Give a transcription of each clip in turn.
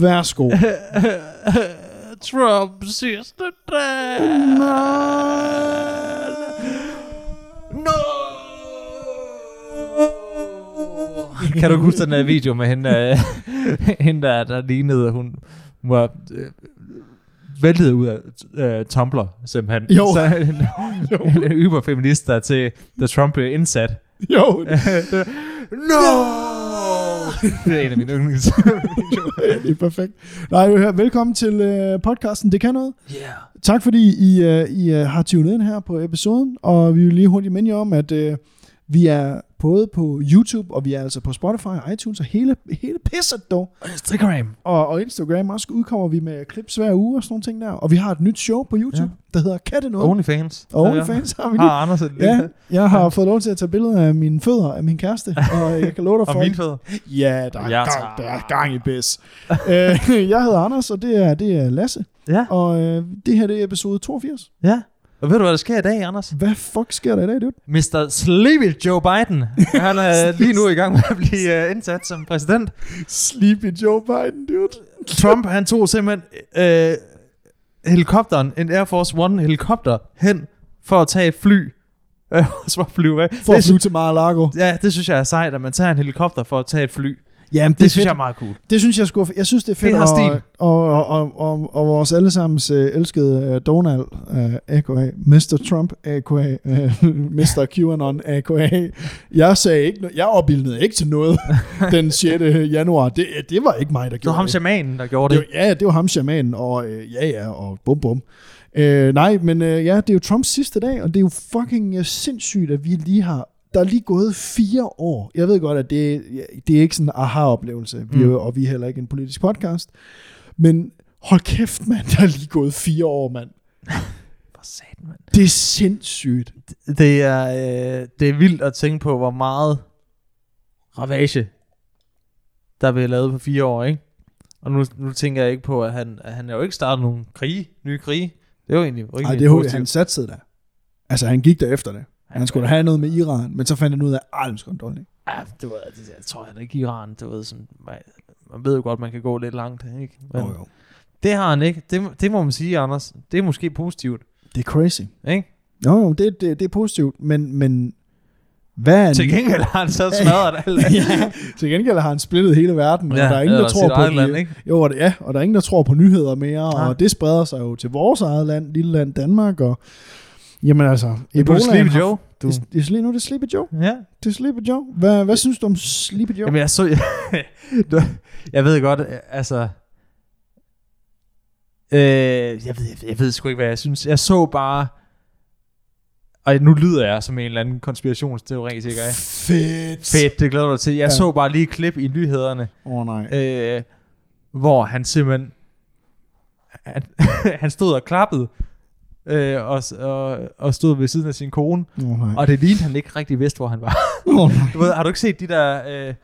Værsgo. Trump sidste dag. No! Kan du huske den der video med hende, der, hende der, der lignede, at hun hun var øh, væltet ud af øh, Tumblr, simpelthen. Jo. Så en, en, en yberfeminist, der er til, da Trump blev indsat. jo, no! det er en af mine yndlings. det er perfekt. Nej, jeg vil høre, velkommen til øh, podcasten Det Kan Noget. yeah. Tak fordi I, øh, I øh, har tunet ind her på episoden, og vi vil lige hurtigt minde jer om, at øh, vi er både på YouTube, og vi er altså på Spotify og iTunes, og hele, hele pisset dog. Instagram. Og, og Instagram også udkommer vi med klips hver uge og sådan nogle ting der. Og vi har et nyt show på YouTube, ja. der hedder Kan det noget? Onlyfans. og OnlyFans har vi lige. Har Anders et lille. Ja, jeg har fået lov til at tage billeder af mine fødder af min kæreste, og jeg kan love dig Og for, mine fædre. Ja, der er, Jeg gang, tager- der er gang i bis. øh, jeg hedder Anders, og det er, det er Lasse. Ja. Og øh, det her det er episode 82. ja. Og ved du, hvad der sker i dag, Anders? Hvad fuck sker der i dag, dude? Mr. Sleepy Joe Biden. Han er lige nu i gang med at blive uh, indsat som præsident. Sleepy Joe Biden, dude. Trump, han tog simpelthen øh, helikopteren, en Air Force One helikopter, hen for at tage et fly. Øh, for at flyve af. For at det, sy- flyve til Mar-a-Lago. ja, det synes jeg er sejt, at man tager en helikopter for at tage et fly. Det, Jamen, det, det det, synes synes jeg fedt. er meget cool. Jeg... det synes jeg skulle. Jeg synes, det er fedt. Det har stil. Og, og, og, og, og vores allesammens øh, elskede øh, Donald, øh, a.k.a. Mr. Trump, a.k.a. Øh, Mr. QAnon, a.k.a. Jeg sagde ikke, no- jeg opbildede ikke til noget den 6. januar. Det, det var ikke mig, der Det var gjorde ham det. shamanen, der gjorde Det det. var, ja, det var ham, shamanen, og øh, ja, ja, og bum, bum. Øh, nej, men øh, ja, det er jo Trumps sidste dag, og det er jo fucking øh, sindssygt, at vi lige har... Der er lige gået fire år. Jeg ved godt, at det, ja, det er ikke sådan en aha-oplevelse, vi, Mm. mm. og vi er heller ikke en politisk podcast. Men hold kæft, mand, der er lige gået fire år, mand. For satan, mand. Det er sindssygt. Det er, øh, det er vildt at tænke på, hvor meget ravage, der blev lavet på fire år, ikke? Og nu, nu tænker jeg ikke på, at han, at han er jo ikke startet nogen krige, nye krige. Det er jo egentlig Nej, rigtig det er jo, positivt. han satsede der. Altså, han gik der efter det. Han skulle da have noget med Iran, men så fandt han ud af, "Ah, at han skulle have en Ja, det var, det, jeg tror heller ikke Iran, du ved, sådan, man, man ved jo godt, man kan gå lidt langt, ikke? Men dårlig. Jo, jo. det har han ikke. Det, må- det må man sige, Anders. Det er måske positivt, Det er crazy. ikke? Jo, jo, det, det, det er positivt, men, men hvad er Til gengæld har han så smadret alt. ja, til gengæld har han splittet hele verden, og ja, der er ingen, der eller tror sit på eget land, de, ikke? Jo, og, det- ja, og der er ingen, der tror på nyheder mere, Nej. og det spreder sig jo til vores eget land, lille land Danmark, og jamen altså, Du er Sleepy har- Joe. Du. Det, det, er sli- nu er det Sleepy Joe. Ja. Det er Sleepy Joe. Hvad, hvad synes du om Sleepy Joe? Jamen, jeg så... Du- jeg ved godt, altså... Øh, jeg, ved, jeg, ved, jeg ved sgu ikke, hvad jeg synes. Jeg så bare... Og nu lyder jeg som en eller anden konspirationsteoretiker, ikke? Fedt. Fedt, det glæder du dig til. Jeg Ja. ja. så bare lige et klip i nyhederne, Åh oh, nej. øh, hvor han simpelthen... Han, han stod og klappede, øh, og, s- og, og stod ved siden af sin kone, Åh oh, nej. og det lignede han ikke rigtig vidste, hvor han var. Oh, nej. Du ved, har du ikke set de der øh,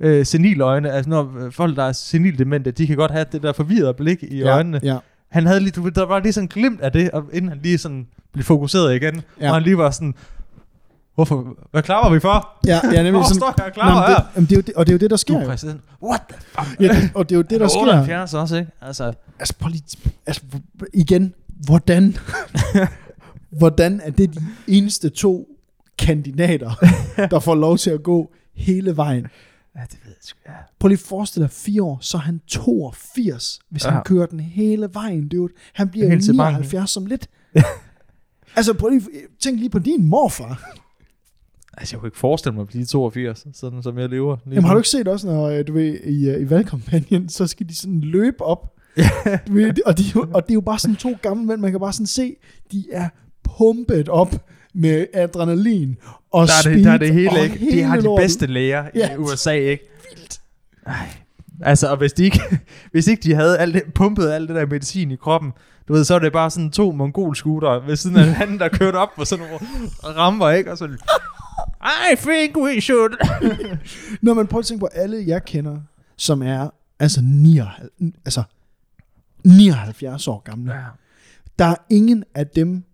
øh, seniløjne? Altså når øh, folk, der er senildemente, de kan godt have det der forvirrede blik i ja. øjnene. Ja, ja. Han havde lige, du ved, der var lige sådan glimt af det, og inden han lige sådan blev fokuseret igen, Ja. ja. og han lige var sådan, hvorfor, hvad klapper vi for? Ja, ja, nemlig Hvor sådan... står jeg Nå, og men klapper det, her? jamen, det, er jo det, og det er jo det, der Du sker. er jo. præsident. What the fuck? Ja, det, og det er jo det, der sker. 78 også, ikke? Altså, Altså, prøv lige, altså, h- igen, hvordan, hvordan er det de eneste to kandidater, der får lov til at gå hele vejen? ja, det ved jeg sgu. Ja. Prøv lige at forestille dig, fire år, så er han 82, hvis ja. Ja. han kører den hele vejen, dude. Han bliver Helt jo til banken. 79 som lidt. altså, prøv lige, tænk lige på din morfar. Altså, jeg kunne ikke forestille mig at blive 82, sådan som jeg lever. Lige Jamen, nu. har du ikke set også, når øh, du ved, i, øh, i valgkampagnen, så skal de sådan løbe op Du ved, det- og, de, er jo- og det er jo bare sådan to gamle mænd, man kan bare sådan se, de er pumpet op med adrenalin og der er speed det, der er det hele, og ikke? De har de lortet. bedste læger ja. Ja. i USA, ikke? Vildt. Altså, og hvis de ikke, hvis ikke de havde alt det, pumpet alt det der medicin i kroppen, du ved, så er det bare sådan to mongolskuter ved siden af hinanden, der kørte op på sådan nogle ramper, ikke? Og så... I think we should... Når man prøver at tænke på alle, jeg kender, som er altså, 79, altså 79 år gamle. Ja. Der er ingen af dem,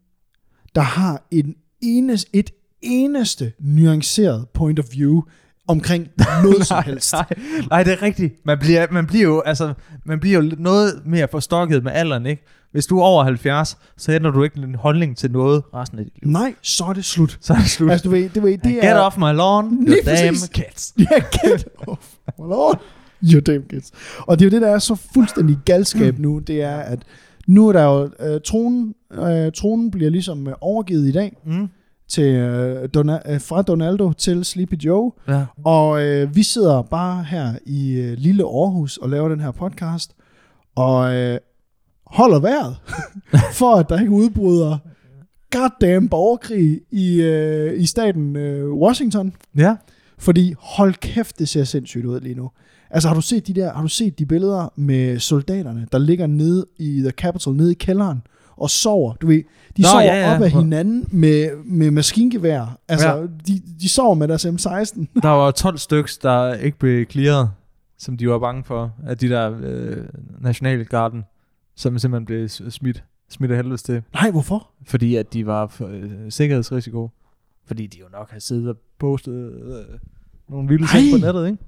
der har en enes, et eneste nuanceret point of view omkring noget som helst. Nej, nej, det er rigtigt. Man bliver, man bliver jo, altså, man bliver jo lidt- noget mere forstokket med alderen, ikke? Hvis du er over 70, så ændrer du ikke en holdning til noget resten af dit liv. Nej, så er det slut. Så er det slut. Altså, du ved, det, ved, det Get er... off my lawn, you Lige damn præcis. cats. Ja, get off. my lord. You damn kids. Og det er jo det, der er så fuldstændig galskab nu, det er, at nu er der jo... Øh, tronen, øh, tronen bliver ligesom øh, overgivet i dag Mm. til, øh, Dona, øh, fra Donaldo til Sleepy Joe, Ja. og øh, vi sidder bare her i øh, lille Aarhus og laver den her podcast, og øh, holder vejret, for at der ikke udbryder goddamn borgerkrig i, øh, i staten øh, Washington. ja. Fordi hold kæft, det ser sindssygt ud lige nu. Altså har du set de der, har du set de billeder med soldaterne, der ligger nede i The Capitol, nede i kælderen, og sover, du ved, de Nå, Nå, sover ja, ja, ja. ja. op af hinanden med, med maskingevær. Altså, Ja. ja. de, de sover med deres M16. Der var 12 stykker, der ikke blev clearet, som de var bange for, af de der øh, nationalgarden, som simpelthen blev s- smidt, smidt af helvede til, Nej, hvorfor? fordi at de var for, øh, sikkerhedsrisiko. Fordi de jo nok har siddet og postet øh, nogle vilde ting Ej, på nettet, ikke?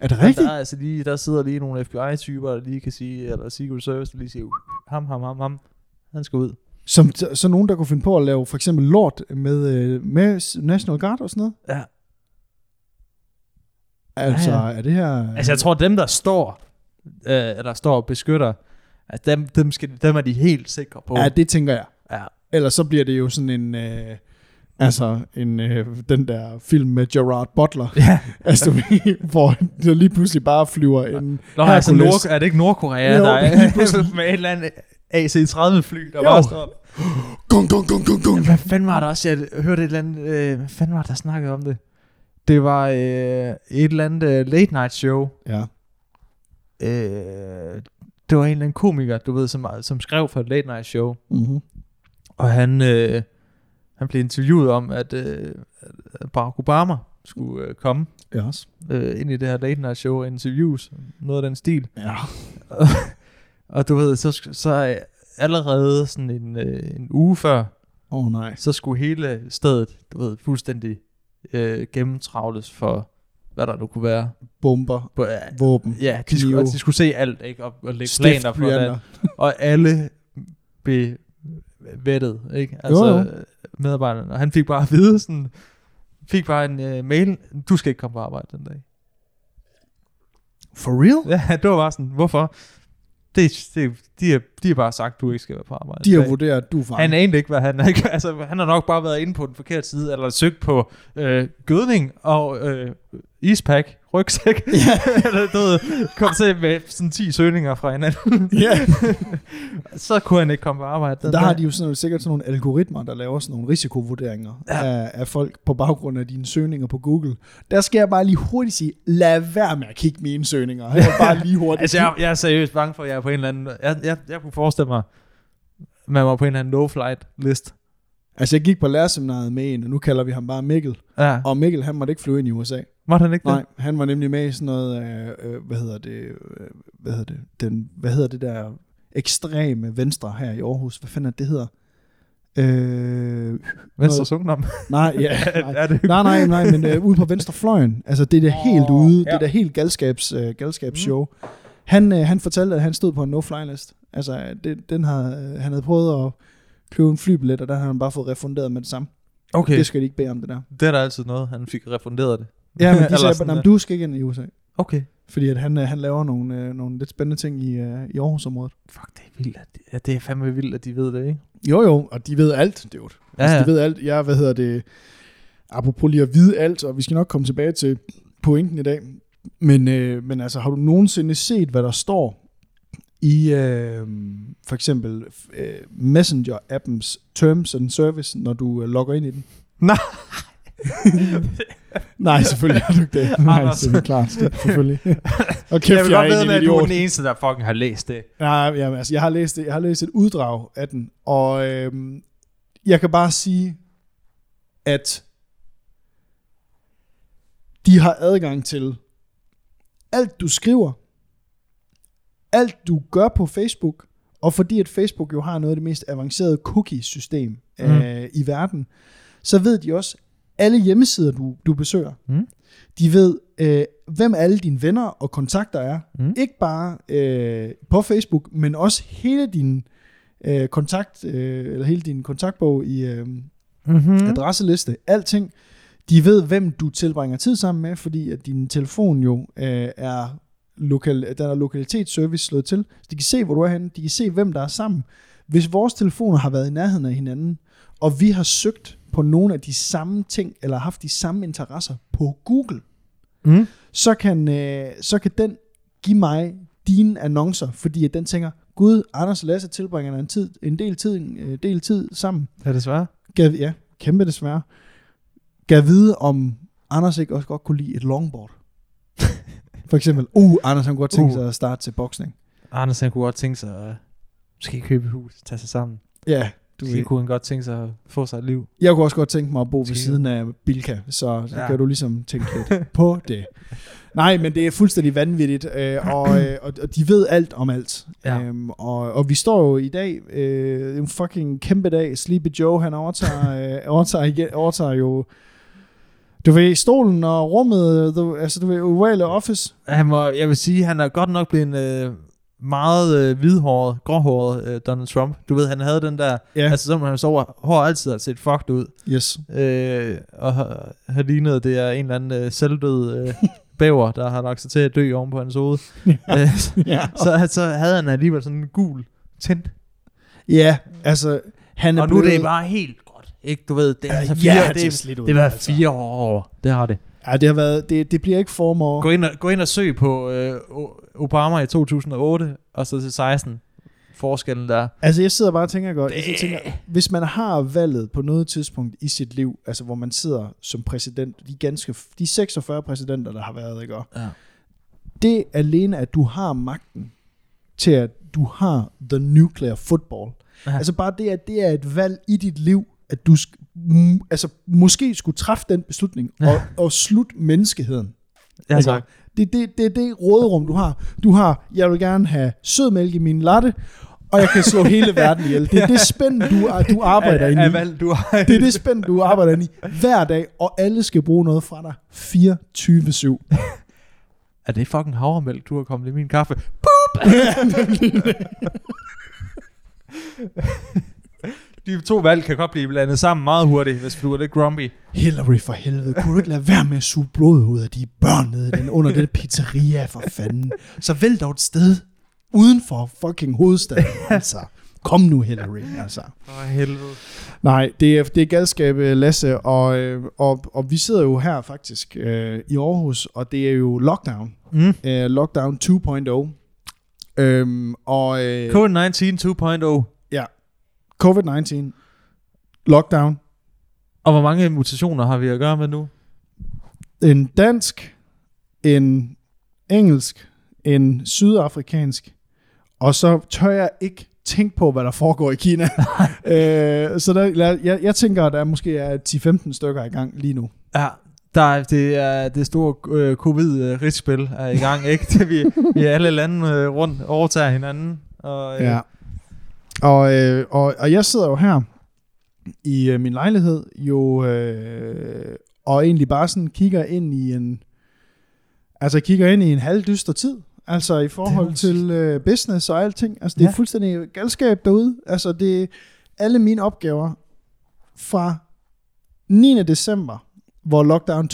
Er det Men rigtigt? Der, er altså lige, der sidder lige nogle FBI-typer, der lige kan sige, eller Secret Service, der lige siger, "Uh, ham, ham, ham, ham, han skal ud. Som t- så nogen, der kunne finde på at lave for eksempel lort med, øh, med s- National Guard og sådan noget? Ja. Altså, Ja, ja, ja. er det her... Altså, jeg tror, dem, der står, øh, eller står og beskytter, at dem, dem, skal, dem er de helt sikre på. Ja, det tænker jeg. Ja. Ellers så bliver det jo sådan en... Øh, altså, en, øh, den der film med Gerard Butler. ja. altså, du ved, hvor der lige pludselig bare flyver en... Nå, Hercules. altså Hercules. Nord, er det ikke Nordkorea, Jo, der lige er pludselig. med et eller andet AC-30-fly, der Jo. bare står... Gung, gung, gung, gung, gung. Hvad fanden var der også? Jeg hørte et eller andet... Øh, hvad fanden var der, der snakkede om det? Det var øh, et eller andet øh, late night show. Ja. Øh, det var en eller anden komiker, du ved, som, som skrev for et late night show. Mm-hmm. Og han, øh, han blev interviewet om, at øh, at Barack Obama skulle øh, komme Yes. øh, ind i det her late night show og interviews. Noget af den stil. Ja. Og du ved, så, sk- så øh, allerede sådan en, øh, en uge før, Åh, oh, nej. så skulle hele stedet, du ved, fuldstændig øh, gennemtravles for, hvad der nu kunne være. Bomber, På, ja, våben, ja de, skulle, Knive. og de skulle se alt, ikke? Og, og lægge planer for det. stiftblyanter. Og alle blev vettet, ikke? Jo, øh, medarbejderne. Og han fik bare at vide sådan, fik bare en øh, mail, du skal ikke komme på arbejde den dag. For real? Ja, det var bare sådan, hvorfor? Det, det, de, har, de har bare sagt, du ikke skal være på arbejde. De i dag." har vurderet, at du er far. Han anede ikke, hvad han ikke, altså, han har nok bare været inde på den forkerte side, eller søgt på øh, gødning og øh, ispack, rygsæk. eller, du ved, kom til med sådan 10 søgninger fra hinanden. Ja, så kunne han ikke komme på arbejde. Den der har de jo sådan, nogle- sikkert sådan nogle algoritmer, der laver sådan nogle risikovurderinger ja. af, af folk på baggrund af dine søgninger på Google. Der skal jeg bare lige hurtigt sige, lad være med at kigge mine søgninger. Jeg vil bare lige hurtigt. Altså, jeg, jeg er seriøst bange for, at jeg er på en eller anden... Jeg, jeg, jeg kunne forestille mig, man var på en eller anden no-flight-list. altså, jeg gik på lærerseminariet med en, og nu kalder vi ham bare Mikkel. Ja, Og Mikkel, han måtte ikke flyve ind i USA. måtte han ikke det? Nej, han var nemlig med i sådan noget, øh, øh, hvad hedder det, øh, hvad hedder det, den, hvad hedder det der ekstreme venstre her i Aarhus, hvad fanden er det, det hedder? Øh, Venstres Ungdom. nej, ja, nej, er det nej, nej, nej, men øh, ude på venstre fløjen, altså det er der helt Åh, ude, ja. Mm. det er der helt galskabs, øh, galskabsshow. Han, øh, han fortalte, at han stod på en no-fly list. Altså, øh, det, den har, øh, han havde prøvet at købe en flybillet, og der har han bare fået refunderet med det samme. Okay, Okay. Det det, skal de ikke bede om, det der. det er der altid noget. Han fik refunderet det. Ja, men Eller de sagde, sådan, "Nå, men ja. du skal ikke ind i USA. Okay. Fordi at han, øh, han laver nogle, øh, nogle lidt spændende ting i, øh, i Aarhusområdet. Fuck, det er vildt. At de, ja, det er fandme vildt, at de ved det, ikke? Jo jo, og de ved alt, det jo. Ja, Altså, ja. de ved alt. Jeg, hvad hedder det, apropos lige at vide alt, og vi skal nok komme tilbage til pointen i dag. Men, øh, men altså, har du nogensinde set, hvad der står i øh, for eksempel øh, Messenger-appens Terms and Service, når du øh, logger ind i den? Nej. Nej, selvfølgelig har du ikke det. Nej, Anders. det er klart. Selvfølgelig. Og kæft, jeg vil jeg, godt er ved en med, at du er idiot. den eneste, der fucking har læst det. Nej, jamen, altså, jeg har, læst, det- jeg har læst et uddrag af den, og øhm, jeg kan bare sige, at de har adgang til alt, du skriver, alt, du gør på Facebook, og fordi at Facebook jo har noget af det mest avancerede cookie-system Mm. øh, i verden, så ved de også alle hjemmesider, du, du besøger. Mm. De ved, øh, hvem alle dine venner og kontakter er. Mm. Ikke bare øh, på Facebook, men også hele din øh, kontakt, øh, eller hele din kontaktbog i øh, Mm-hmm. adresseliste, alting. De ved, hvem du tilbringer tid sammen med, fordi at din telefon jo øh, er lokal, der er lokalitetsservice slået til. Så de kan se, hvor du er henne. De kan se, hvem der er sammen. Hvis vores telefoner har været i nærheden af hinanden, og vi har søgt på nogle af de samme ting, eller haft de samme interesser på Google, Mm. så kan, øh, så kan den give mig dine annoncer, fordi at den tænker, Gud, Anders og Lasse tilbringer en, tid, en del tid, en øh, del tid sammen. Er det svært? Gav, ja, kæmpe desværre. Gav vide, om Anders ikke også godt kunne lide et longboard. For eksempel, uh, Anders han kunne godt tænke Uh. sig at starte til boksning. Anders han kunne godt tænke sig at øh, måske købe et hus, tage sig sammen. Ja, du Du ved. måske kunne han godt tænke sig at få sig et liv. Jeg kunne også godt tænke mig at bo ved Sikkert. siden af Bilka, så, så ja. Ja. kan du ligesom tænke lidt på det. Nej, men det er fuldstændig vanvittigt, øh, og, øh, og- og de ved alt om alt. Ja. Øhm, og, og vi står jo i dag, øh, en fucking kæmpe dag, Sleepy Joe, han overtager, øh, overtager, igen, overtager jo, du ved, stolen og rummet, du, altså du ved, ovale office. Han var, jeg vil sige, han er godt nok blevet en øh, meget øh, hvidhåret, gråhåret øh, Donald Trump. Du ved, han havde den der, Ja, ja. altså, altså som han sover, hår altid har set fucked ud. yes. øh, og har, har lignet, at det er en eller anden øh, selvdød øh, bæver, der har lagt sig til at dø oven på hans hoved. Øh, så- Ja. så, så havde han alligevel sådan en gul tændt. ja, altså, han er Og nu er det blevet- bare helt godt. Ikke? Du ved, det er altså Ja, fire, det er det, det, slidt ud, det var altså. fire år over. Det har det. Ja, det har været, det, det bliver ikke formår. Gå ind og, gå ind og søg på øh, O- Obama i 2008, og så til 16. Forskellen der. Altså, jeg sidder bare og tænker godt. Altså, jeg tænker, hvis man har valget på noget tidspunkt i sit liv, altså hvor man sidder som præsident, de, ganske, de 46 præsidenter, der har været, ikke? Og Ja. Det alene, at du har magten til, at du har the nuclear football. Ja. Altså bare det, at det er et valg i dit liv, at du sk- m- altså, måske skulle træffe den beslutning og, og slutte menneskeheden. Ja, Altså, tak. Det, det, det er det råderum, du har. Du har, jeg vil gerne have sødmælk i min latte, og jeg kan slå hele verden ihjel. Det er det spænd, du, du arbejder Af- inde af i. valg, du har. Det er det spænd, du arbejder inde i hver dag, og alle skal bruge noget fra dig 24-7. Er det fucking havremælk, du har kommet i min kaffe? Boop! De to valg kan godt blive blandet sammen meget hurtigt, hvis du er lidt grumpy. Hillary for helvede, kunne du ikke lade være med at suge blod ud af de børn nede i den, under det pizzeria for fanden? Så vælg dog et sted uden for fucking hovedstaden, altså. Kom nu, Hillary, altså. For helvede. Nej, det er, det er galskab, øh, Lasse, og, øh, og, og vi sidder jo her faktisk øh, i Aarhus, og det er jo lockdown. Mm. Øh, lockdown 2.0. Øhm, og øh, COVID-19 2.0. COVID-19, lockdown, Og hvor mange mutationer har vi at gøre med nu? en dansk, en engelsk, en sydafrikansk, og så tør jeg ikke tænke på, hvad der foregår i Kina. øh, så der, lad- jeg, jeg tænker, at der måske er 10-15 stykker i gang lige nu. Ja, der er, det er det store øh, covid-rigsspil er i gang, ikke? Det vi, vi alle lande øh, rundt overtager hinanden. Og, øh, Ja. Og, øh, og, og jeg sidder jo her i øh, min lejlighed, jo, øh, og egentlig bare sådan kigger ind i en, altså kigger ind i en halvdyster tid, altså i forhold jo- til øh, business og alting. Altså det ja. er Ja. fuldstændig galskab derude. Altså det alle mine opgaver fra 9. december, hvor lockdown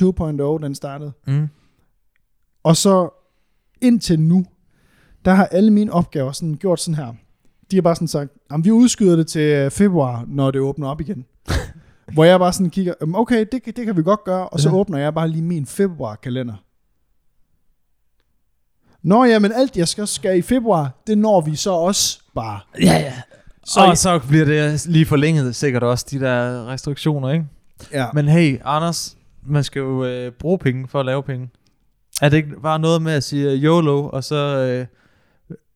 2.0 den startede, Mm. og så indtil nu, der har alle mine opgaver sådan gjort sådan her. De har bare sådan sagt, "Jamen, vi udskyder det til øh, februar, når det åbner op igen. Hvor jeg bare sådan kigger, "Jamen, okay, det, kan- det kan vi godt gøre, og så Ja. åbner jeg bare lige min februarkalender. Nå ja, men alt jeg skal, skal i februar, det når vi så også bare. Ja, ja. Så, Så, og så bliver det lige forlænget sikkert også, de der restriktioner, ikke? ja. Men hey, Anders, man skal jo øh, bruge penge for at lave penge. Er det ikke bare noget med at sige øh, YOLO, og så,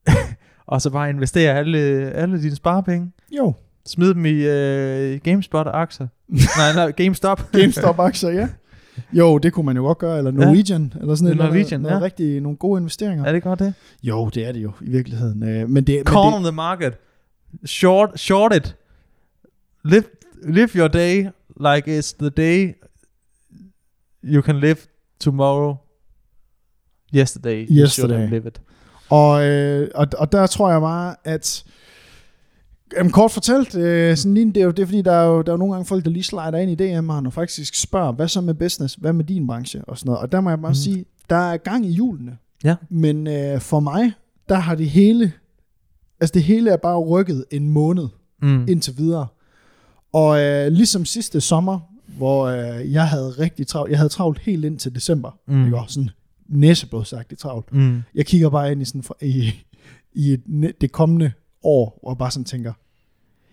øh, og så bare investere alle, alle dine sparepenge? Jo, Smid dem i øh, GameSpot-aktier. nej, nej, GameStop. GameStop-aktier, ja. Jo, det kunne man jo godt gøre, eller Norwegian, ja. eller sådan Eller noget. Norwegian, noget, ja. rigtig, nogle gode investeringer. er det godt det? Jo, det er det jo i virkeligheden. Øh, men det, Corn men on the market. Short, short it. Live, live your day like it's the day You can live tomorrow. Yesterday. you Yesterday. shouldn't live it. Og, øh, og, og der tror jeg bare, at... Jamen kort fortalt, øh, sådan lige, det, er jo, det er fordi, der er jo der er jo nogle gange folk, der lige slider ind i DM'eren og faktisk spørger, hvad så med business, hvad med din branche og sådan noget. Og der må jeg bare Mm. mm. sige, der er gang i hjulene. Ja. Men øh, for mig, der har det hele, altså det hele er bare rykket en måned Mm. indtil videre. Og øh, ligesom sidste sommer, hvor øh, jeg havde rigtig travlt, jeg havde travlt helt indtil december, Mm. mm. ikke? Og sådan næseblodsagtigt travlt. Mm. Jeg kigger bare ind i, sådan, for- i, i et ne- det kommende år, og bare sådan tænker,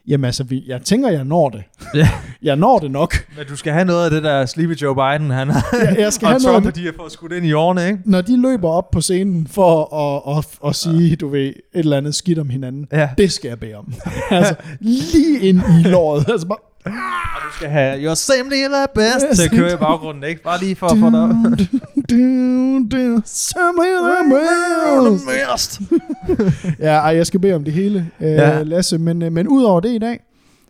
jamen altså, vi- jeg tænker, jeg når det. Ja. Jeg når det nok. Men du skal have noget af det der Sleepy Joe Biden, han har. Jeg, jeg skal og have Trump, noget, de har fået skudt ind i årene, ikke? når de løber op på scenen for at, at, at, at sige, du ved, et eller andet skidt om hinanden, Ja. det skal jeg bede om. altså, lige ind i låret. Altså bare, Og du skal have You're simply the best til at køre i baggrunden, ikke? Bare lige for at få dig op. du, du, somewhere around. Ja, ej, jeg skal bede om det hele, øh, Ja. ja. Lasse. Men, øh, men udover det i dag,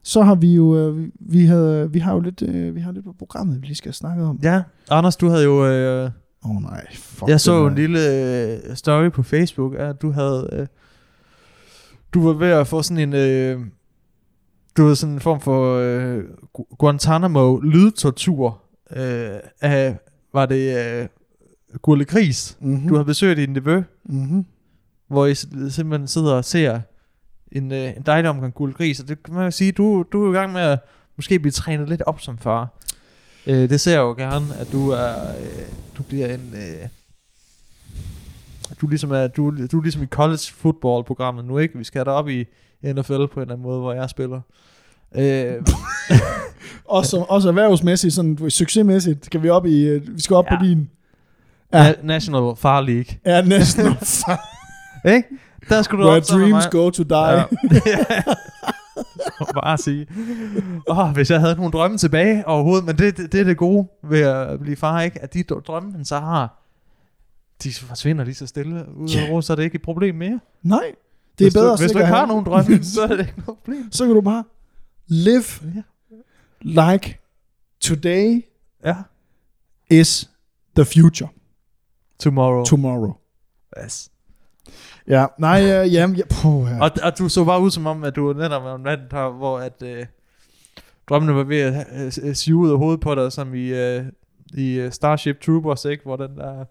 så har vi jo, øh, vi- vi, havde, vi har jo lidt, øh, vi har lidt på programmet, vi lige skal snakke om. Ja, Anders, du havde jo... Øh, Åh oh, nej, fuck jeg det så der. en lille øh, story på Facebook, at du havde... Øh, du var ved at få sådan en... Øh, du havde sådan en form for øh, Gu- Guantanamo lydtortur øh, af... Var det øh, Gurle Gris, Mhm, du havde besøgt din nevø, mhm. hvor I s- simpelthen sidder og ser en, øh, en dejlig omgang guld gris, og det kan man jo sige, du, du er i gang med at måske blive trænet lidt op som far. Øh, det ser jeg jo gerne, at du er, øh, du bliver en, øh, at du ligesom er, du, du er ligesom i college football programmet nu, ikke? Vi skal derop i NFL på en eller anden måde, hvor jeg spiller. Øh, Også, også erhvervsmæssigt, sådan succesmæssigt, skal vi op i, øh, vi skal op Ja. på din, ja. National Far League. ja, næsten, Ikke? Der skulle du where op sammen med mig. dreams go to die. Ja. Og bare sige, oh, hvis jeg havde nogle drømme tilbage overhovedet, men det, det, det er det gode ved at blive far, ikke? at de dr- drømme, man så har, de forsvinder lige så stille ud af Ja. yeah. så er det ikke et problem mere. Nej, det er hvis bedre du, Hvis du sikkert ikke at har have- nogen drømme, så er det ikke noget problem. så kan du bare live Ja. like today Ja. is the future Tomorrow. tomorrow. yes. Ja, nej, øh, ja, ja, puh, ja. og, og du så bare ud som om, at du netop var en mand, der, hvor at, øh, drømmene var ved at øh, øh, sive ud af hovedet på dig, som i, øh, i øh, Starship Troopers, ikke? hvor den der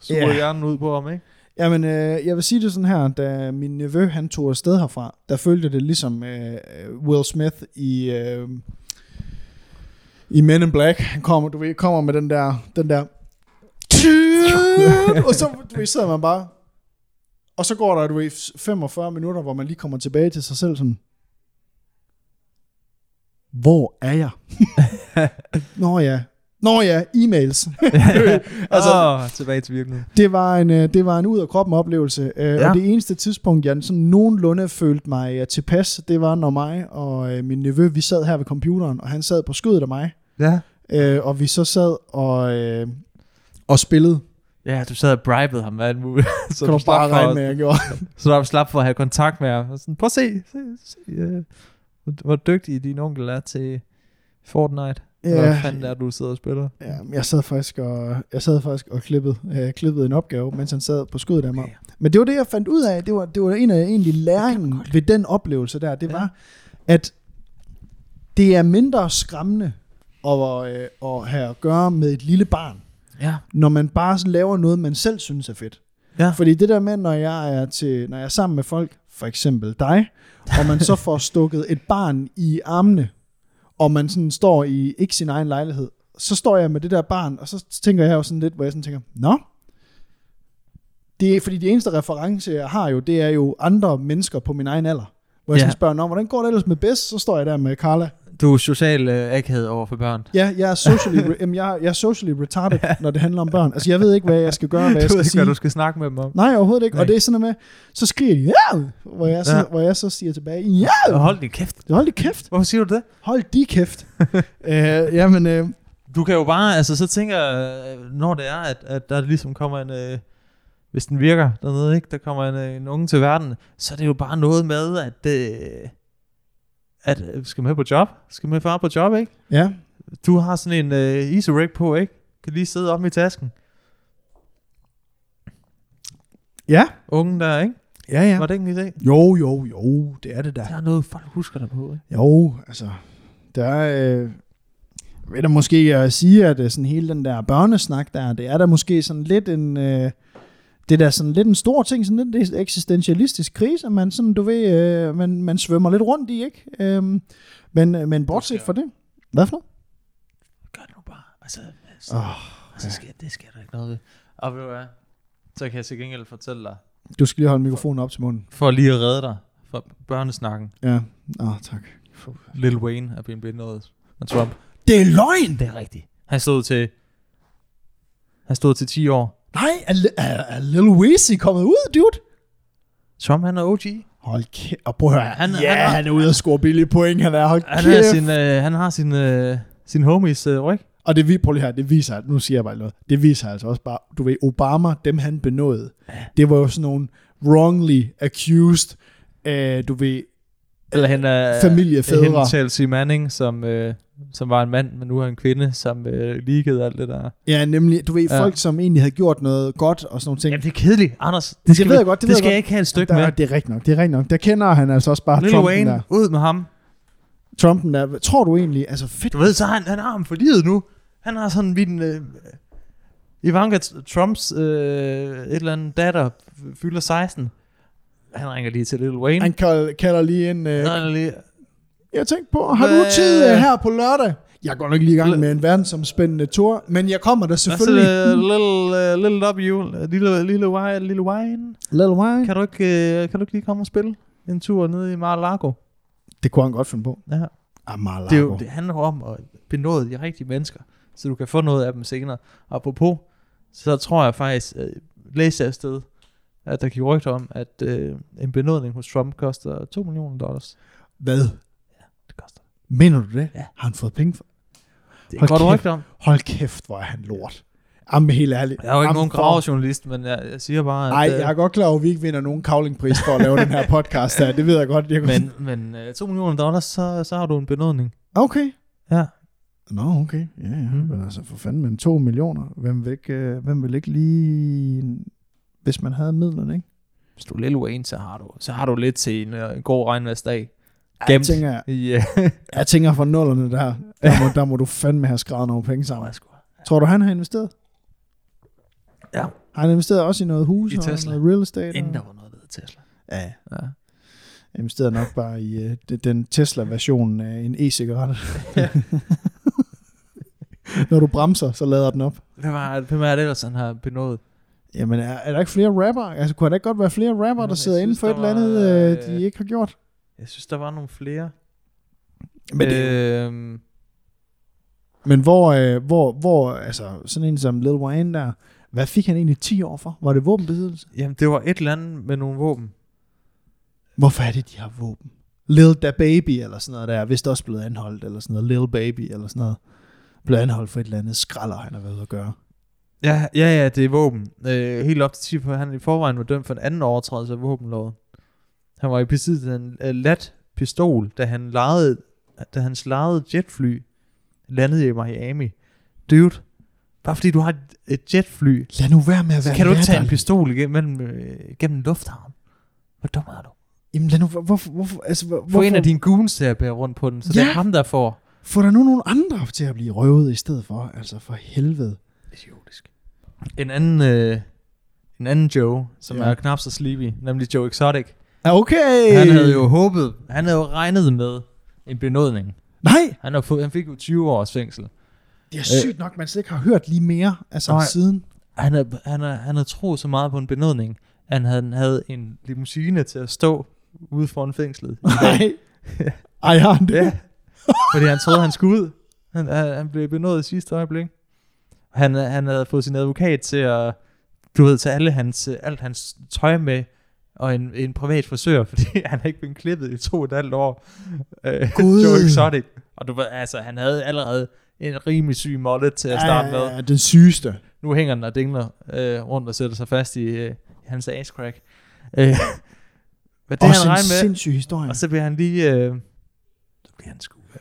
suger Ja. yeah. hjernen ud på ham. Ikke? Jamen, øh, jeg vil sige det sådan her, da min nevø, han tog afsted herfra, der følte det ligesom øh, Will Smith i, øh, i Men in Black. Han kommer, du ved, kommer med den der, den der, og så du ved, sidder man bare, og så går der, du ved, 45 minutter, hvor man lige kommer tilbage til sig selv sådan, hvor er jeg? Nå ja, Nå ja, e-mails. altså, Altså, oh, tilbage til virkeligheden. Det var en, øh, det var en ud af kroppen oplevelse, ja. Ja. og det eneste tidspunkt, jeg sådan nogenlunde følte mig øh, tilpas, det var, når mig og øh, min nevø, vi sad her ved computeren, og han sad på skødet af mig, Ja. øh, og vi så sad og, øh, og spillede. Ja, du sad og bribede ham med alt muligt. så Så kan du bare for, regne med, at jeg gjorde. Så du slap for at have kontakt med ham. Og Sådan, prøv at se, se, se øh, hvor- hvor dygtig din onkel er til Fortnite. Ja. Hvad fanden Ja, er det, du sidder og spiller? ja, men jeg sad faktisk og, jeg sad faktisk og klippede, øh, klippede en opgave, mens han sad på skødet af mig. Men det var det, jeg fandt ud af. Det var, det var en af egentlig læringen ved den oplevelse der. Det Ja. var, at det er mindre skræmmende at, øh, at have at gøre med et lille barn, Ja. når man bare sådan laver noget, man selv synes er fedt. Ja. Fordi det der med, når jeg, er til, når jeg er sammen med folk, for eksempel dig, og man så får stukket et barn i armene, og man sådan står i ikke sin egen lejlighed, så står jeg med det der barn, og så tænker jeg jo sådan lidt, hvor jeg sådan tænker, nå, det er, fordi de eneste reference, jeg har jo, det er jo andre mennesker på min egen alder. Hvor jeg Ja. yeah. spørger, Nå, hvordan går det ellers med bedst? Så står jeg der med Carla. Du er social øh, akavet over for børn. Ja, jeg er socially, re- jamen, jeg, er- jeg er socially retarded, når det handler om børn. Altså, jeg ved ikke, hvad jeg skal gøre, hvad Du jeg ved skal ikke, sige. hvad du skal snakke med dem om. Nej, overhovedet ikke. Nej. Og det er sådan noget med, så skriger de, ja! Hvor jeg, så, Ja. ja. hvor jeg så siger tilbage, ja! Hold din kæft. Hold de kæft! Hvorfor siger du det? Hold de kæft! øh, jamen, øh, Du kan jo bare, altså så tænker jeg, øh, når det er, at, at der ligesom kommer en, øh, hvis den virker dernede, ikke, der kommer en, øh, en unge til verden, så er det jo bare noget med, at, øh, at øh, skal med på job, skal med far på job, ikke? ja. Du har sådan en øh, easy rig på, ikke? Kan lige sidde oppe i tasken. Ja, Ungen der, ikke? ja, Ja. ja. Var det ikke en idé? Jo, jo, jo, det er det da. Der er noget, folk husker dig på, ikke? Jo, altså, der er... Øh, jeg ved da måske at sige, at øh, sådan hele den der børnesnak der, det er der måske sådan lidt en... Øh, det er da sådan lidt en stor ting, sådan lidt en eksistentialistisk krise, man sådan, du ved, øh, man, man svømmer lidt rundt i, ikke? Øhm, men, øh, men bortset Måske. fra det, hvad for noget? Gør det nu bare. Altså, altså, Oh, altså skal, det skal der ikke noget ved. Og ved du hvad? Så kan jeg til gengæld fortælle dig. du skal lige holde mikrofonen op til munden. For lige at redde dig fra børnesnakken. Ja, åh, oh, tak. Lil Wayne er blevet benådet af Trump. Det er løgn! Det er rigtigt. Han stod til... Han stod til 10 år. Nej, er, er, er Lil Weezy kommet ud, dude? Trump, han er OG. Hold kæft, og prøv at høre, Han- han, han ja, er- han, er ude og score billige point, han er, hold Han, kæft. er sin, øh, han har sin, øh, sin homies øh, ryg. Og det, vi- prøv lige her, det viser, nu siger jeg bare noget, det viser altså også bare, du ved, Obama, dem han benådede, det var jo sådan nogle wrongly accused, øh, du ved, Eller han er... øh, Familiefædre. Hende Chelsea Manning, som, øh, som var en mand, men nu er en kvinde, som øh, ligede alt det der. ja nemlig, du ved, Ja. ja. folk som egentlig havde gjort noget godt og sådan nogle ting. Jamen, det er kedeligt, Anders. Det ved jeg godt, det ved det, det jeg skal godt. jeg ikke have et stykke der, med. Det er rigtigt nok, det er rigtigt nok. Der kender han altså også bare Lil Trumpen Wayne, der. ud med ham. Trumpen der, tror du egentlig, altså fedt, Du ved, så har han, han har ham for livet nu. Han har sådan min... Øh, Ivanka Trumps øh, et eller andet datter f- fylder 16. Han ringer lige til Lil Wayne. han kalder, kalder lige en, øh, Så er der lige- jeg tænkte på, har du tid øh, Hvad? her på lørdag? Jeg går nok lige i gang med en verdensomspændende tur, men jeg kommer der Hvad så selvfølgelig. øh, Lil, øh, Lil W, lille, lille, Wi- lille Wayne. Lil Wayne. Kan du, ikke, øh, kan du ikke lige komme og spille en tur nede i Mar-a-Lago? Det kunne han godt finde på. Ja. Amalago. Det, er jo, det handler jo om at benåde de rigtige mennesker, så du kan få noget af dem senere. Apropos, så tror jeg faktisk, øh, læste jeg et sted, at der gik rygter om, at øh, en benådning hos Trump koster 2 millioner dollars. Hvad? Det koster. Mener du det? Ja. Har han fået penge for? Det er Hold godt kæft. rygte om. Hold kæft, hvor er han lort. Jamen helt ærligt. Jeg er jo ikke Jamen, nogen for- gravejournalist, men jeg, jeg siger bare, Ej, at... øh, jeg er godt klar over, at vi ikke vinder nogen kavlingpris for at lave den her podcast her. Det ved jeg godt. Jeg kan... Men, men øh, 2 millioner dollars, så, så har du en benådning. Okay. Ja. Nå, okay. Ja, ja. Mm. Men altså, for fanden, men to millioner. Hvem vil, ikke, øh, hvem vil ikke lige... Hvis man havde midlerne, ikke? Hvis du er Lil Wayne, så har du, så har du lidt til en, øh, en god regnværsdag. Ej, Jeg Gemt. tænker, jeg, Ja. jeg tænker for nullerne der, der må, der må du fandme have skrevet nogle penge sammen. Tror du, han har investeret? Ja. Har han investeret også i noget hus I og Tesla. noget real estate? Inden der Og... var noget, der hed Tesla. Ja, Ja. investeret nok bare i uh, den Tesla-version af en e-cigaret. Når du bremser, så lader den op. Hvem er, hvem er det ellers, han har benået? Jamen, er, er der ikke flere rapper? Altså, kunne der ikke godt være flere Nå, rapper, der jeg sidder synes, inden for der et eller andet, var, øh, øh, de ikke har gjort? Jeg synes, der var nogle flere. Men, øh, øhm, men hvor, øh, hvor, hvor, altså, sådan en som Lil Wayne der, hvad fik han egentlig 10 år for? Var det våbenbesiddelse? jamen, det var et eller andet med nogle våben. Hvorfor er det, de har våben? Lil Da Baby eller sådan noget der, er vist også blevet anholdt, eller sådan noget. Lil Baby eller sådan noget. Blev anholdt for et eller andet skralder, han har været ude at gøre. Ja, ja, ja, det er våben. Øh, helt op til 10 på, at han i forvejen var dømt for en anden overtrædelse af våbenloven. Han var i besiddelse af en øh, lat pistol, da, han lejede, da hans lejede jetfly landede i Miami. Dude, bare fordi du har et- et jetfly, Lad nu være med at så være kan du ikke tage en latterlig. pistol igennem, øh, gennem en lufthavn. Hvor dum er du? Jamen lad nu, hvor- hvorfor, hvorfor, altså, hvor, Få hvorfor, en af dine goons til at bære rundt på den, så det Ja. er ham, der får. får der nu nogle andre til at blive røvet i stedet for? Altså for helvede. Idiotisk. En anden, øh, en anden Joe, som Ja. er knap så sleepy, nemlig Joe Exotic. Ja, Okay. Han havde jo håbet, han havde jo regnet med en benådning. Nej, Han, har fået, han fik jo 20 års fængsel. det er sygt nok, man slet ikke har hørt lige mere, altså Nej. Nej. siden. Han havde, han, havde, han havde troet så meget på en benådning, at han havde en limousine til at stå ude foran fængslet. Nej. Ej, har han det? Ja. Fordi han troede, han skulle ud. Han, han, han blev benådet i sidste øjeblik. Han, han havde fået sin advokat til at, du ved, tage alle hans, øh, alt hans tøj med, og en, en privat frisør, fordi han har ikke blevet klippet i to og et halvt år. Øh, Gud. Joe Exotic. Og du ved, altså, han havde allerede en rimelig syg molde til at starte Ja, ja, med. ja, den sygeste. Nu hænger den og dingler øh, rundt og sætter sig fast i, øh, i hans ass crack. Øh, hvad det Det Også han en regnede med, sindssyg historie. og så bliver han lige... Øh, så bliver han skuffet.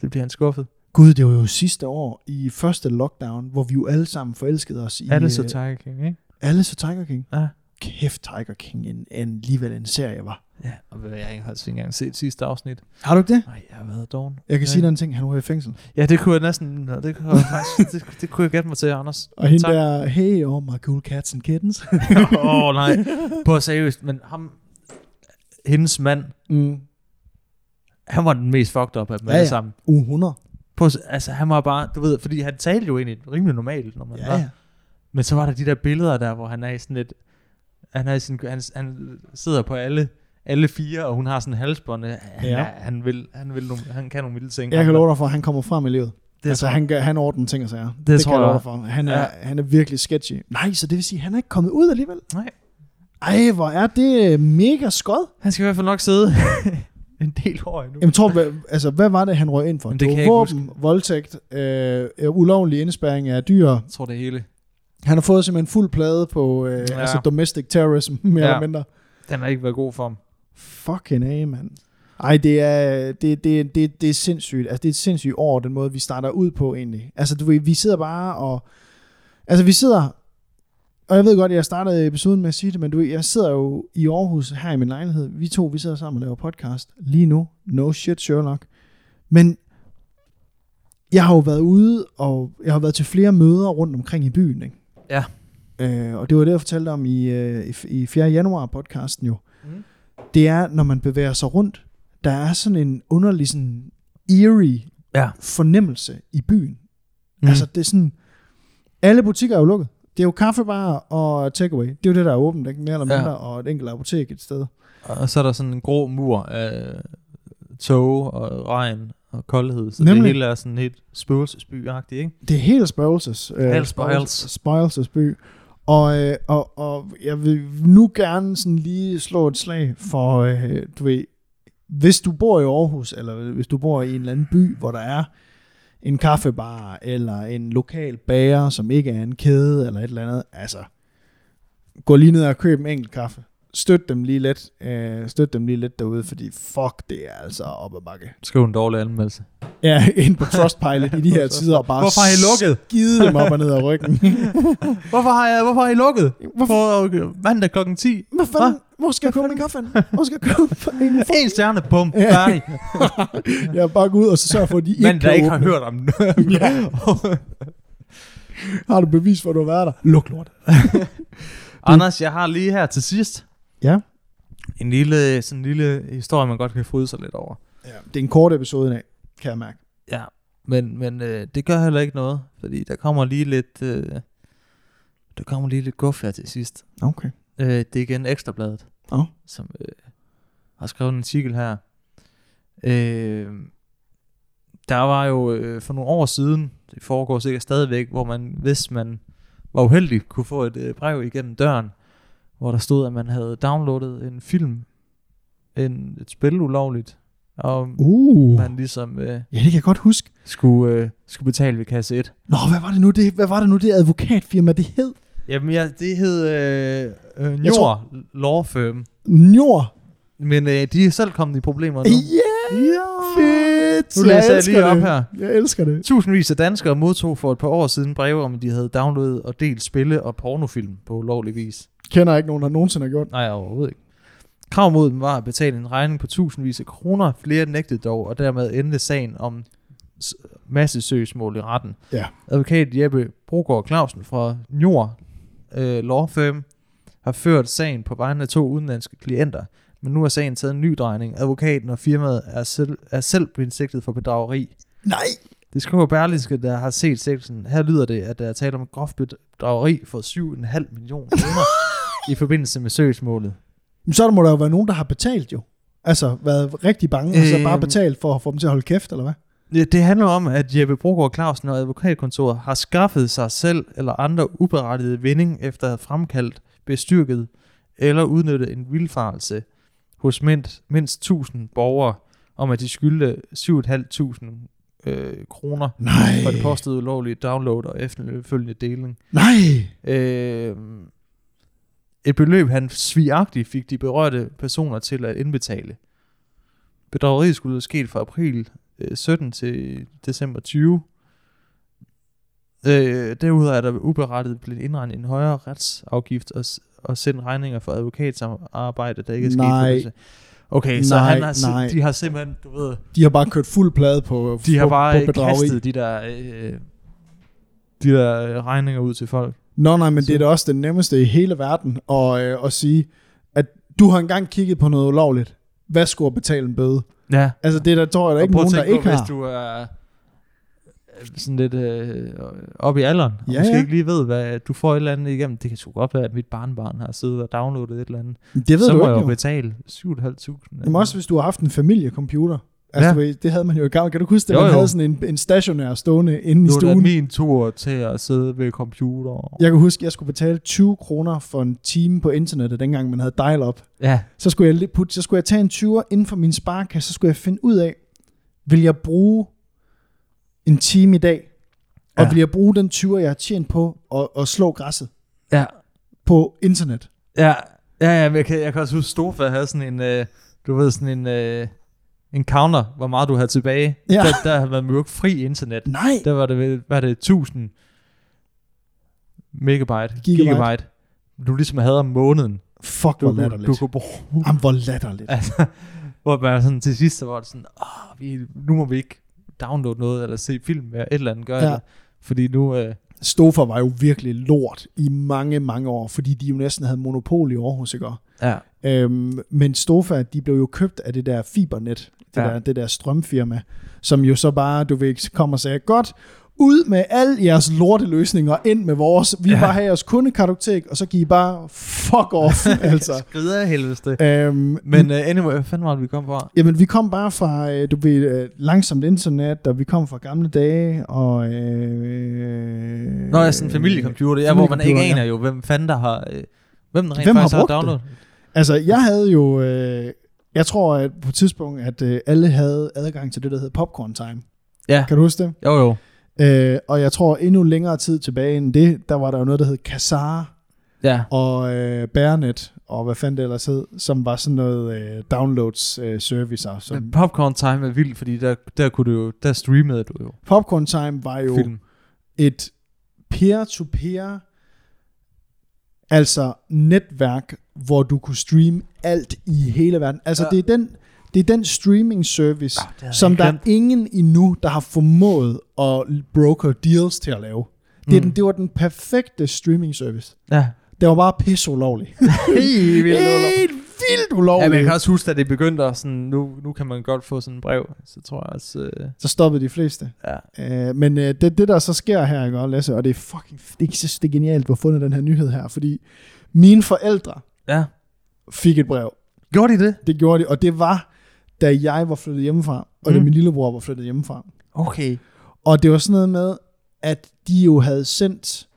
Så bliver han skuffet. Gud, det var jo sidste år i første lockdown, hvor vi jo alle sammen forelskede os i... Er det så øh, Tiger King, ikke? alle så Tiger King. Ja. Kæft, Tiger King en, en, alligevel en serie, var. Ja, og hvad ved jeg jeg har altså ikke engang set sidste afsnit. Har du ikke det? Nej, jeg har været doven. Jeg kan ja. sige dig en ting, han var i fængsel. Ja, det kunne jeg næsten... nå, Det kunne jeg, faktisk, det, det kunne jeg gætte mig til, Anders. Og hende Tak. der, hey, oh my cool cats and kittens. Åh, oh, nej. På seriøst, men ham... Hendes mand, mm. han var den mest fucked up af dem Ja, ja, alle ja. sammen. Uge 100. På, altså, han var bare... Du ved, fordi han talte jo egentlig rimelig normalt, når man var. Ja, ja. Men så var der de der billeder der, hvor han er i sådan et... Han, er i sådan, han, han sidder på alle, alle fire, og hun har sådan en halsbånd. Han, Ja. ja. han, vil, han, vil nogle, han kan nogle vilde ting. Jeg kan Han- love dig for, at han kommer frem i livet. Det Det altså, tror jeg. han, gør, han ordner ting og sager. Det, tror kan jeg. love dig for. Han er, ja. han er virkelig sketchy. Nej, så det vil sige, at han er ikke kommet ud alligevel? Nej. Ej, hvor er det mega skod. Han skal i hvert fald nok sidde en del år endnu. Jamen, tror, du, hvad, altså, hvad var det, han røg ind for? Jamen, Det, det det kan var jeg ikke våben, voldtægt, øh, øh, ulovlig indespæring af dyr. Jeg tror det hele. Han har fået simpelthen fuld plade på øh, ja. Ja. altså domestic terrorism, mere Ja. ja. eller mindre. Den har ikke været god for ham. Fucking A, mand. Ej, det er, det, det, det, det er sindssygt. Altså, det er et sindssygt år, den måde, vi starter ud på egentlig. Altså, du, ved, vi sidder bare og... Altså, vi sidder... Og jeg ved godt, jeg startede episoden med at sige det, men du ved, jeg sidder jo i Aarhus her i min lejlighed. Vi to, vi sidder sammen og laver podcast lige nu. No shit, Sherlock. Men jeg har jo været ude, og jeg har været til flere møder rundt omkring i byen, ikke? Ja. Øh, og det var det, jeg fortalte om i, øh, i, i 4. januar podcasten jo Mm. det er, når man bevæger sig rundt, der er sådan en underlig, sådan eerie Ja. Mhm. fornemmelse i byen. Mm. Altså, det er sådan... Alle butikker er jo lukket. Det er jo kaffebarer og takeaway. Det er jo det, der er åbent, ikke? Mere eller Ja. mindre, og et enkelt apotek et sted. Og så er der sådan en grå mur af tåge og regn og koldhed. Så Nemlig. det Nemlig. hele er sådan helt spøgelsesby-agtigt, ikke? Det er helt spøgelses. Helt spøgels. Spøgelsesby. Og, øh, og, og jeg vil nu gerne sådan lige slå et slag for, øh, du ved, hvis du bor i Aarhus, eller hvis du bor i en eller anden by, hvor der er en kaffebar, eller en lokal bager, som ikke er en kæde, eller et eller andet, altså, gå lige ned og køb en enkelt kaffe. Støt dem lige lidt, øh, støt dem lige lidt derude, fordi fuck, det er altså op ad bakke. Skriv en dårlig anmeldelse. Ja, ind på Trustpilot i de her tider, og bare Hvorfor har I lukket? skide dem op og ned ad ryggen. Hvorfor har, jeg, hvorfor har I lukket? Hvorfor? På okay, mandag klokken 10. Hvad fanden? Hvor skal jeg købe min kaffe? hen? Hvor skal jeg købe en? En stjerne, bum, Ja. færdig. Jeg er bare gå ud, og så sørger for, at de ikke Mand, der kan ikke har åbne. hørt om det. Ja. Har du bevis for, at du har været der? Luk lort. Anders, jeg har lige her til sidst Ja. en lille, sådan en lille historie, man godt kan fryde sig lidt over. ja. Det er en kort episode i dag, kan jeg mærke. Ja, men, men øh, det gør heller ikke noget, fordi der kommer lige lidt, øh, der kommer lige lidt guf her til sidst. Okay. Øh, det er igen Ekstrabladet, Nå. som øh, har skrevet en artikel her. Øh, der var jo øh, for nogle år siden, det foregår sikkert stadigvæk, hvor man, hvis man var uheldig, kunne få et øh, brev igennem døren, hvor der stod, at man havde downloadet en film, en, et spil ulovligt, og Uh. man ligesom... Øh, Ja, det kan jeg godt huske. skulle, øh, skulle betale ved kasse 1. Nå, hvad var det nu, det, hvad var det, nu, det advokatfirma, det hed? Jamen, ja, det hed øh, øh, Njord Jeg tror... Law Firm. Njord. Men øh, de er selv kommet i problemer nu. Yeah. Ja. Fedt. Nu læser jeg elsker lige op det. her. Jeg elsker det. Tusindvis af danskere modtog for et par år siden breve om, at de havde downloadet og delt spille- og pornofilm på ulovlig vis. Kender ikke nogen, der nogensinde har gjort. Nej, overhovedet ikke. Krav mod dem var at betale en regning på tusindvis af kroner. Flere nægtede dog, og dermed endte sagen om s- massesøgsmål i retten. Ja. Advokat Jeppe Brogaard Clausen fra Njord øh, Law Firm har ført sagen på vegne af to udenlandske klienter, men nu har sagen taget en ny drejning. Advokaten og firmaet er selv, er selv blevet sigtet for bedrageri. Nej. Det skriver Berlinske, der har set seksen. Her lyder det, at der er tale om groft bedrageri for 7,5 millioner kroner i forbindelse med søgsmålet. Men så må der jo være nogen, der har betalt jo. Altså været rigtig bange, og så bare Øhm. betalt for at få dem til at holde kæft, eller hvad? Ja, Det handler om, at Jeppe Brogaard Clausen og advokatkontoret har skaffet sig selv eller andre uberettigede vinding efter at have fremkaldt, bestyrket eller udnyttet en vildfarelse hos mindst, mindst 1000 borgere om, at de skyldte 7.500 øh, kroner Nej. for det påståede ulovlige download og efterfølgende deling. Nej. Øh, et beløb, han svigagtigt fik de berørte personer til at indbetale. Bedrageriet skulle være sket fra april øh, 17 til december 20. Øh, derudover er der uberettet blevet indregnet en højere retsafgift og, s- og sendt regninger for advokatsamarbejde, der ikke er sket. Nej. forbindelse. Okay, så Nej, han har, sim- nej. de har simpelthen, du ved, De har bare kørt fuld plade på, de har på, bare på øh, bedrageri. kastet de der, øh, de der øh, regninger ud til folk. Nå nej, men Så- det er da også det nemmeste i hele verden at, øh, at sige, at du har engang kigget på noget ulovligt. Hvad skulle at betale en bøde? Ja. Altså det der tror jeg, der er Og ikke prøv at nogen, der tænke ikke på, har. hvis du er øh, sådan lidt øh, op i alderen, Ja, og ja, måske ja. ja. ikke lige ved, hvad du får et eller andet igennem. Det kan sgu godt være, at mit barnbarn har siddet og downloadet et eller andet. Det ved så du må ikke jeg jo jo. betale 7.500. Jamen også hvis du har haft en familiecomputer. Altså Ja. du ved, det havde man jo i gang. Kan du huske, at Jo, man jo. havde sådan en, en stationær stående inde i nu er det stuen? min tur til at sidde ved computer. Jeg kan huske, at jeg skulle betale 20 kroner for en time på internettet, dengang man havde dial-up. Ja, Så skulle jeg, lige putte, så skulle jeg tage en 20'er inden for min sparekasse, så skulle jeg finde ud af, vil jeg bruge en time i dag, og Ja. ja. vil jeg bruge den 20'er, jeg har tjent på, og, og slå græsset ja, på internet? ja, ja, ja men jeg, kan, jeg kan også huske, Stofa havde sådan en, øh, du ved, sådan en, øh, en counter, hvor meget du havde tilbage. Ja. Der, der havde man jo ikke fri internet. Nej! Der var det, vel- var det 1000 megabyte, Gigabyte. gigabyte, gigabyte du ligesom havde om måneden. Fuck, Du, hvor du, latterligt. du kunne bruge. Jamen, hvor latterligt. Altså, hvor man sådan, til sidst så var det sådan, Åh, vi, nu må vi ikke downloade noget, eller se film, eller et eller andet gør Ja. ja. det. Fordi nu, øh, Stofer var jo virkelig lort i mange, mange år, fordi de jo næsten havde monopol i Aarhus, ikke? ja, Øhm, men Stofa, de blev jo købt af det der fibernet, det, ja. Ja. der, det der strømfirma, som jo så bare, du ved, kom og sagde, godt, ud med alle jeres lorteløsninger, ind med vores, vi ja. Ja. bare have jeres kundekartotek, og så giver I bare fuck off, altså. skrider af helvedes det. Øhm, Men uh, anyway, hvad fanden var det, vi kom fra? Jamen, vi kom bare fra, øh, du ved, øh, langsomt internet, og vi kom fra gamle dage, og... Øh, Nå, ja, sådan en familiecomputer, ja, hvor man ikke familiecomputer, aner jo, hvem fanden der har... Øh, hvem der rent Hvem har faktisk har, brugt det? downloadet. Altså, jeg havde jo... Øh, jeg tror at på et tidspunkt, at øh, alle havde adgang til det, der hed Popcorn Time. Ja. Kan du huske det? Jo, jo. Øh, og jeg tror, endnu længere tid tilbage end det, der var der jo noget, der hed Kazaa Ja. og øh, Bærenet, og hvad fanden det ellers hed, som var sådan noget øh, downloads-servicer. som Men Popcorn Time er vildt, fordi der, der, kunne du jo, der streamede du jo, Popcorn Time var jo jo. film. et peer-to-peer, altså netværk, hvor du kunne streame alt i hele verden. Altså, ja. Ja. det, er den, det er den streaming service, Ah, det havde ja, jeg som ikke der er glemt. ingen endnu, der har formået at broker deals til at lave. Det, er den, det var den perfekte streaming service. Ja. Det var bare pisse ulovlig. Helt Helt vildt Ja, men jeg ulovlig. kan også huske, at det begyndte at sådan, nu, nu kan man godt få sådan en brev, så tror jeg også, øh, Så stoppede de fleste. ja. Øh, men øh, det, det, der så sker her, ikke, også, Lasse, og det er fucking det, er, så- det er genialt, hvor fundet den her nyhed her, fordi mine forældre ja. fik et brev. Gjorde de det? Det gjorde de, og det var, da jeg var flyttet hjemmefra, og mm. da Mm. min lillebror var flyttet hjemmefra. Okay. Og det var sådan noget med, at de jo havde sendt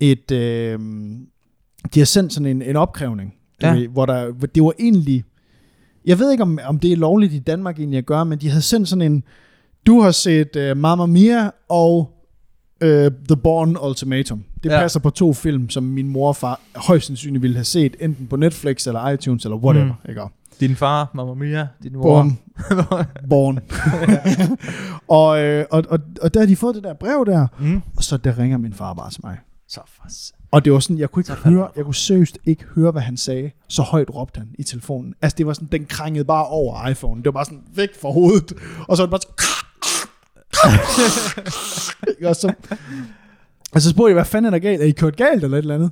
et, øh, de havde sendt sådan en, en opkrævning, Ja. ja. hvor der, hvor det var egentlig, jeg ved ikke om, om det er lovligt i Danmark egentlig at gøre, men de havde sendt sådan en, du har set øh, Mamma Mia og øh, The Bourne Ultimatum. Det Ja. passer på to film, som min mor og far højst sandsynligt ville have set, enten på Netflix eller iTunes eller whatever. Mm. Ikke? Og- Din far, Mamma Mia, din mor. Born. Born. og, øh, og, og, og der har de fået det der brev der, Mm. og så der ringer min far bare til mig. Så for s- Og det var sådan, jeg kunne ikke Så faldt høre, jeg kunne seriøst ikke høre, hvad han sagde. Så højt råbte han i telefonen. Altså det var sådan, den krangede bare over iPhone. Det var bare sådan, væk fra hovedet. Og så var det bare sådan, Ikke? og så, og så spurgte jeg, hvad fanden er der galt? Er I kørt galt eller et eller andet?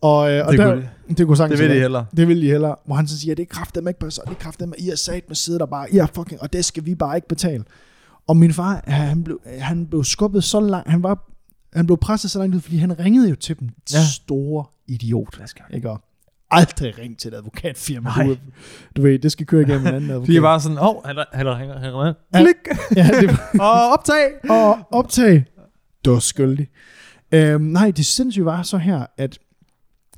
Og, øh, og det, Det der, kunne kunne, det kunne sagtens Det ved være. de heller. Det vil de hellere. Hvor han så siger, det er kraftedeme ikke så det er kraftedeme, I har sat med sidder der bare, I har fucking, og det skal vi bare ikke betale. Og min far, han blev, han blev skubbet så langt, han var, han blev presset så langt ud, fordi han ringede jo til dem. Ja. Ja. Store idiot. Hvad skal jeg- Ikke? Og aldrig ring til et advokatfirma. Nej. Du, du ved, det skal køre igennem en anden advokat. De er bare sådan, åh, oh, han, han ringer, han ringer. Ja. Klik, ja, det var, og optag. og optag. Du er skyldig. Øhm, nej, det sindssyge var så her, at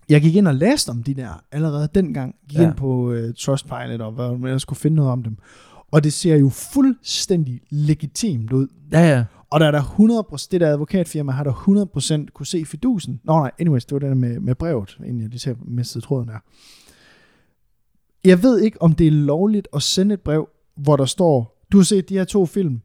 jeg gik ind og læste om de der allerede dengang. Gik ja. Ja. ind på øh, Trustpilot og hvad man ellers kunne finde noget om dem. Og det ser jo fuldstændig legitimt ud. Ja, ja. Og der er der 100%, det der advokatfirma har der 100% kunne se fidusen. Nå nej, anyways, det var det der med, med brevet, inden jeg lige ser mistede tråden her. Jeg ved ikke, om det er lovligt at sende et brev, hvor der står, du har set de her to film,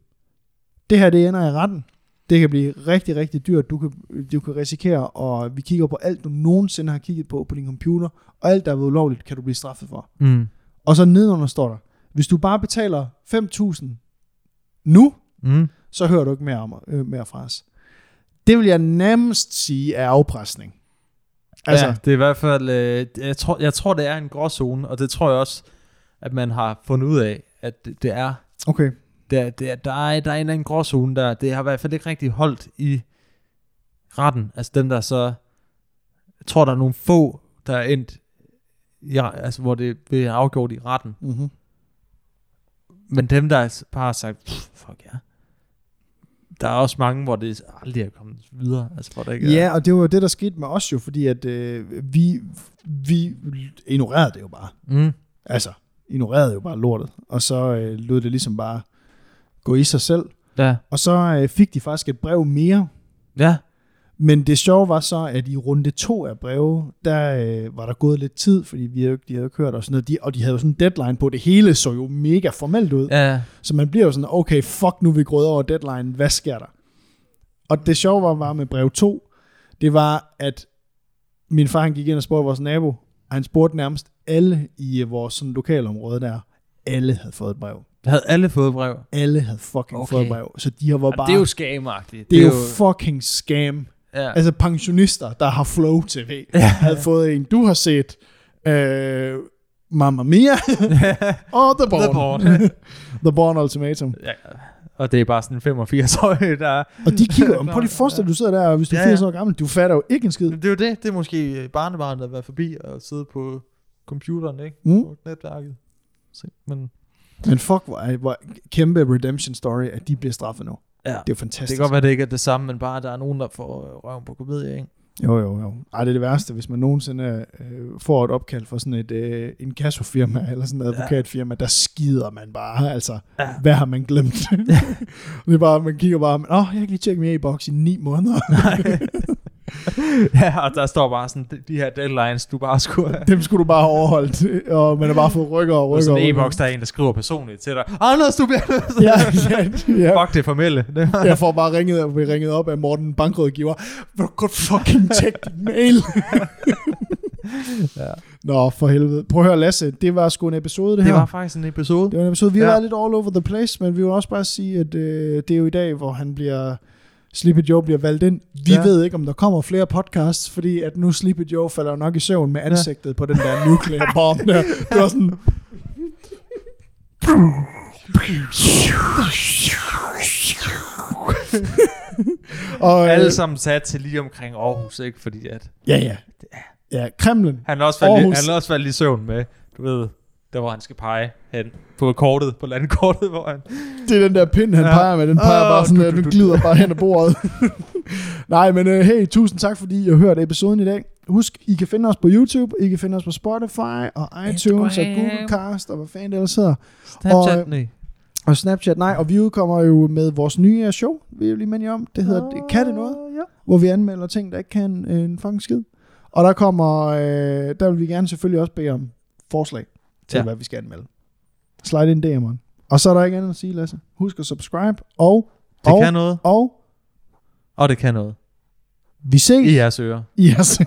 det her det ender i retten. Det kan blive rigtig, rigtig dyrt. Du kan, du kan risikere, og vi kigger på alt, du nogensinde har kigget på på din computer, og alt, der er været ulovligt, kan du blive straffet for. Mm. Og så nedenunder står der, hvis du bare betaler 5.000 nu, Mm. så hører du ikke mere, om, øh, mere fra os. Det vil jeg nærmest sige er afpresning. Altså, Altså, ja, det er i hvert fald, øh, jeg, tror, jeg tror, det er en gråzone, og det tror jeg også, at man har fundet ud af, at det, det er okay. Der, der, der, er, der er en eller anden gråzone der. Det har i hvert fald ikke rigtig holdt i retten. Altså den der så... Jeg tror, der er nogle få, der er endt... Ja, altså hvor det bliver afgjort i retten. Mm-hmm. Men dem, der altså bare har sagt, "Pff, fuck ja. Der er også mange, hvor det aldrig er kommet videre. Altså hvor der ikke er... Ja, og det var jo det, der skete med os jo, fordi at øh, vi, vi ignorerede det jo bare. Mm. Altså, ignorerede jo bare lortet. Og så øh, lod det ligesom bare gå i sig selv. Ja. Og så øh, fik de faktisk et brev mere, Ja. Men det sjove var så, at i runde to af breve, der øh, var der gået lidt tid, fordi vi havde, jo ikke- de havde jo ikke hørt og sådan noget, de, og de havde jo sådan en deadline på, det hele så jo mega formelt ud. Ja. Ja. Så man bliver jo sådan, okay, fuck, nu er vi gået over deadline, hvad sker der? Og det sjove var, var med brev to, det var, at min far han gik ind og spurgte vores nabo, og han spurgte nærmest alle i øh, vores sådan, lokalområde der, alle havde fået et brev. Jeg havde alle fået brev. Jamen, Alle havde fucking okay. fået et Okay. brev. Så de har var bare, det er jo skamagtigt. det er jo fucking scam. ja. Altså pensionister, der har Flow TV, havde fået en, du har set, øh, Mamma Mia og The Born. The Bourne. The Born Ultimatum. ja. Og det er bare sådan en 85-årig, der... Og de kigger, men prøv lige at forestille dig, du sidder der, og hvis du er Ja, ja. 80 år gammel, du fatter jo ikke en skid. Det er jo det. Det er måske øh, barnebarnet at være forbi og sidde på computeren, ikke? Mm. På netværket. Se, men Men fuck, hvor, er- hvor kæmpe redemption story, at de bliver straffet nu. ja, Det er jo det kan fantastisk. godt være, det ikke er det samme, men bare, at der er nogen, der får øh, røven på komedie, ikke? Jo, jo, jo. Ej, det er det værste, hvis man nogensinde øh, får et opkald fra sådan et øh, inkassofirma eller sådan et Ja. advokatfirma, der skider man bare. Altså, ja. Ja. hvad har man glemt? det er bare, man kigger bare, åh, oh, jeg kan lige tjekke min e-boks i ni måneder. ja, og der står bare sådan, de, de her deadlines, du bare skulle have. Dem skulle du bare have overholdt, og man har bare fået rykker og Og rykker. sådan en og e-box, der er en, der skriver personligt til dig. Anders, du bliver nødt til- Ja, ja, ja. Fuck det formelle. Det var- Jeg får bare ringet, og bliver ringet op af Morten, bankrådgiver. Vil du godt fucking tjekke din mail? Ja. Nå, for helvede. Prøv at høre, Lasse, det var sgu en episode, det, det her. var faktisk en episode. Det var en episode, vi har Ja. været lidt all over the place, men vi vil også bare sige, at øh, det er jo i dag, hvor han bliver, Sleepy Joe bliver valgt ind. Vi ja. Ja. ved ikke, om der kommer flere podcasts, fordi at nu Sleepy Joe falder jo nok i søvn med ansigtet ja. på den der nuclear bomb der. Det var sådan... Og, øh, Alle sammen sat til lige omkring Aarhus, ikke? Fordi at Ja, ja. Ja, Kremlen. han har også faldt, Aarhus. han har også faldt i søvn med, du ved, der hvor han skal pege hen på kortet, på landkortet, hvor han... Det er den der pind, han ja. Ja. peger med. Den peger Åh, bare sådan, du, at du, den du, glider bare hen ad bordet. Nej, men øh, hey, tusind tak, fordi I har hørt episoden i dag. Husk, I kan finde os på YouTube, I kan finde os på Spotify og iTunes og Instagram. Google Cast og hvad fanden det ellers hedder. Snapchat, Og- nej. Og Snapchat, nej, og vi udkommer jo med vores nye show, vi er jo lige med jer om. Det øh, hedder Ah, Kan det noget? Ja. hvor vi anmelder ting, der ikke kan øh, en fucking skid. Og der kommer, øh, der vil vi gerne selvfølgelig også bede om forslag til, ja. Ja. hvad vi skal anmelde. Slide ind DM'eren. Og så er der ikke andet at sige, Lasse. Husk at subscribe, og, Det og, kan noget, og og det kan noget. vi ses I ja. jeres ører. i jeres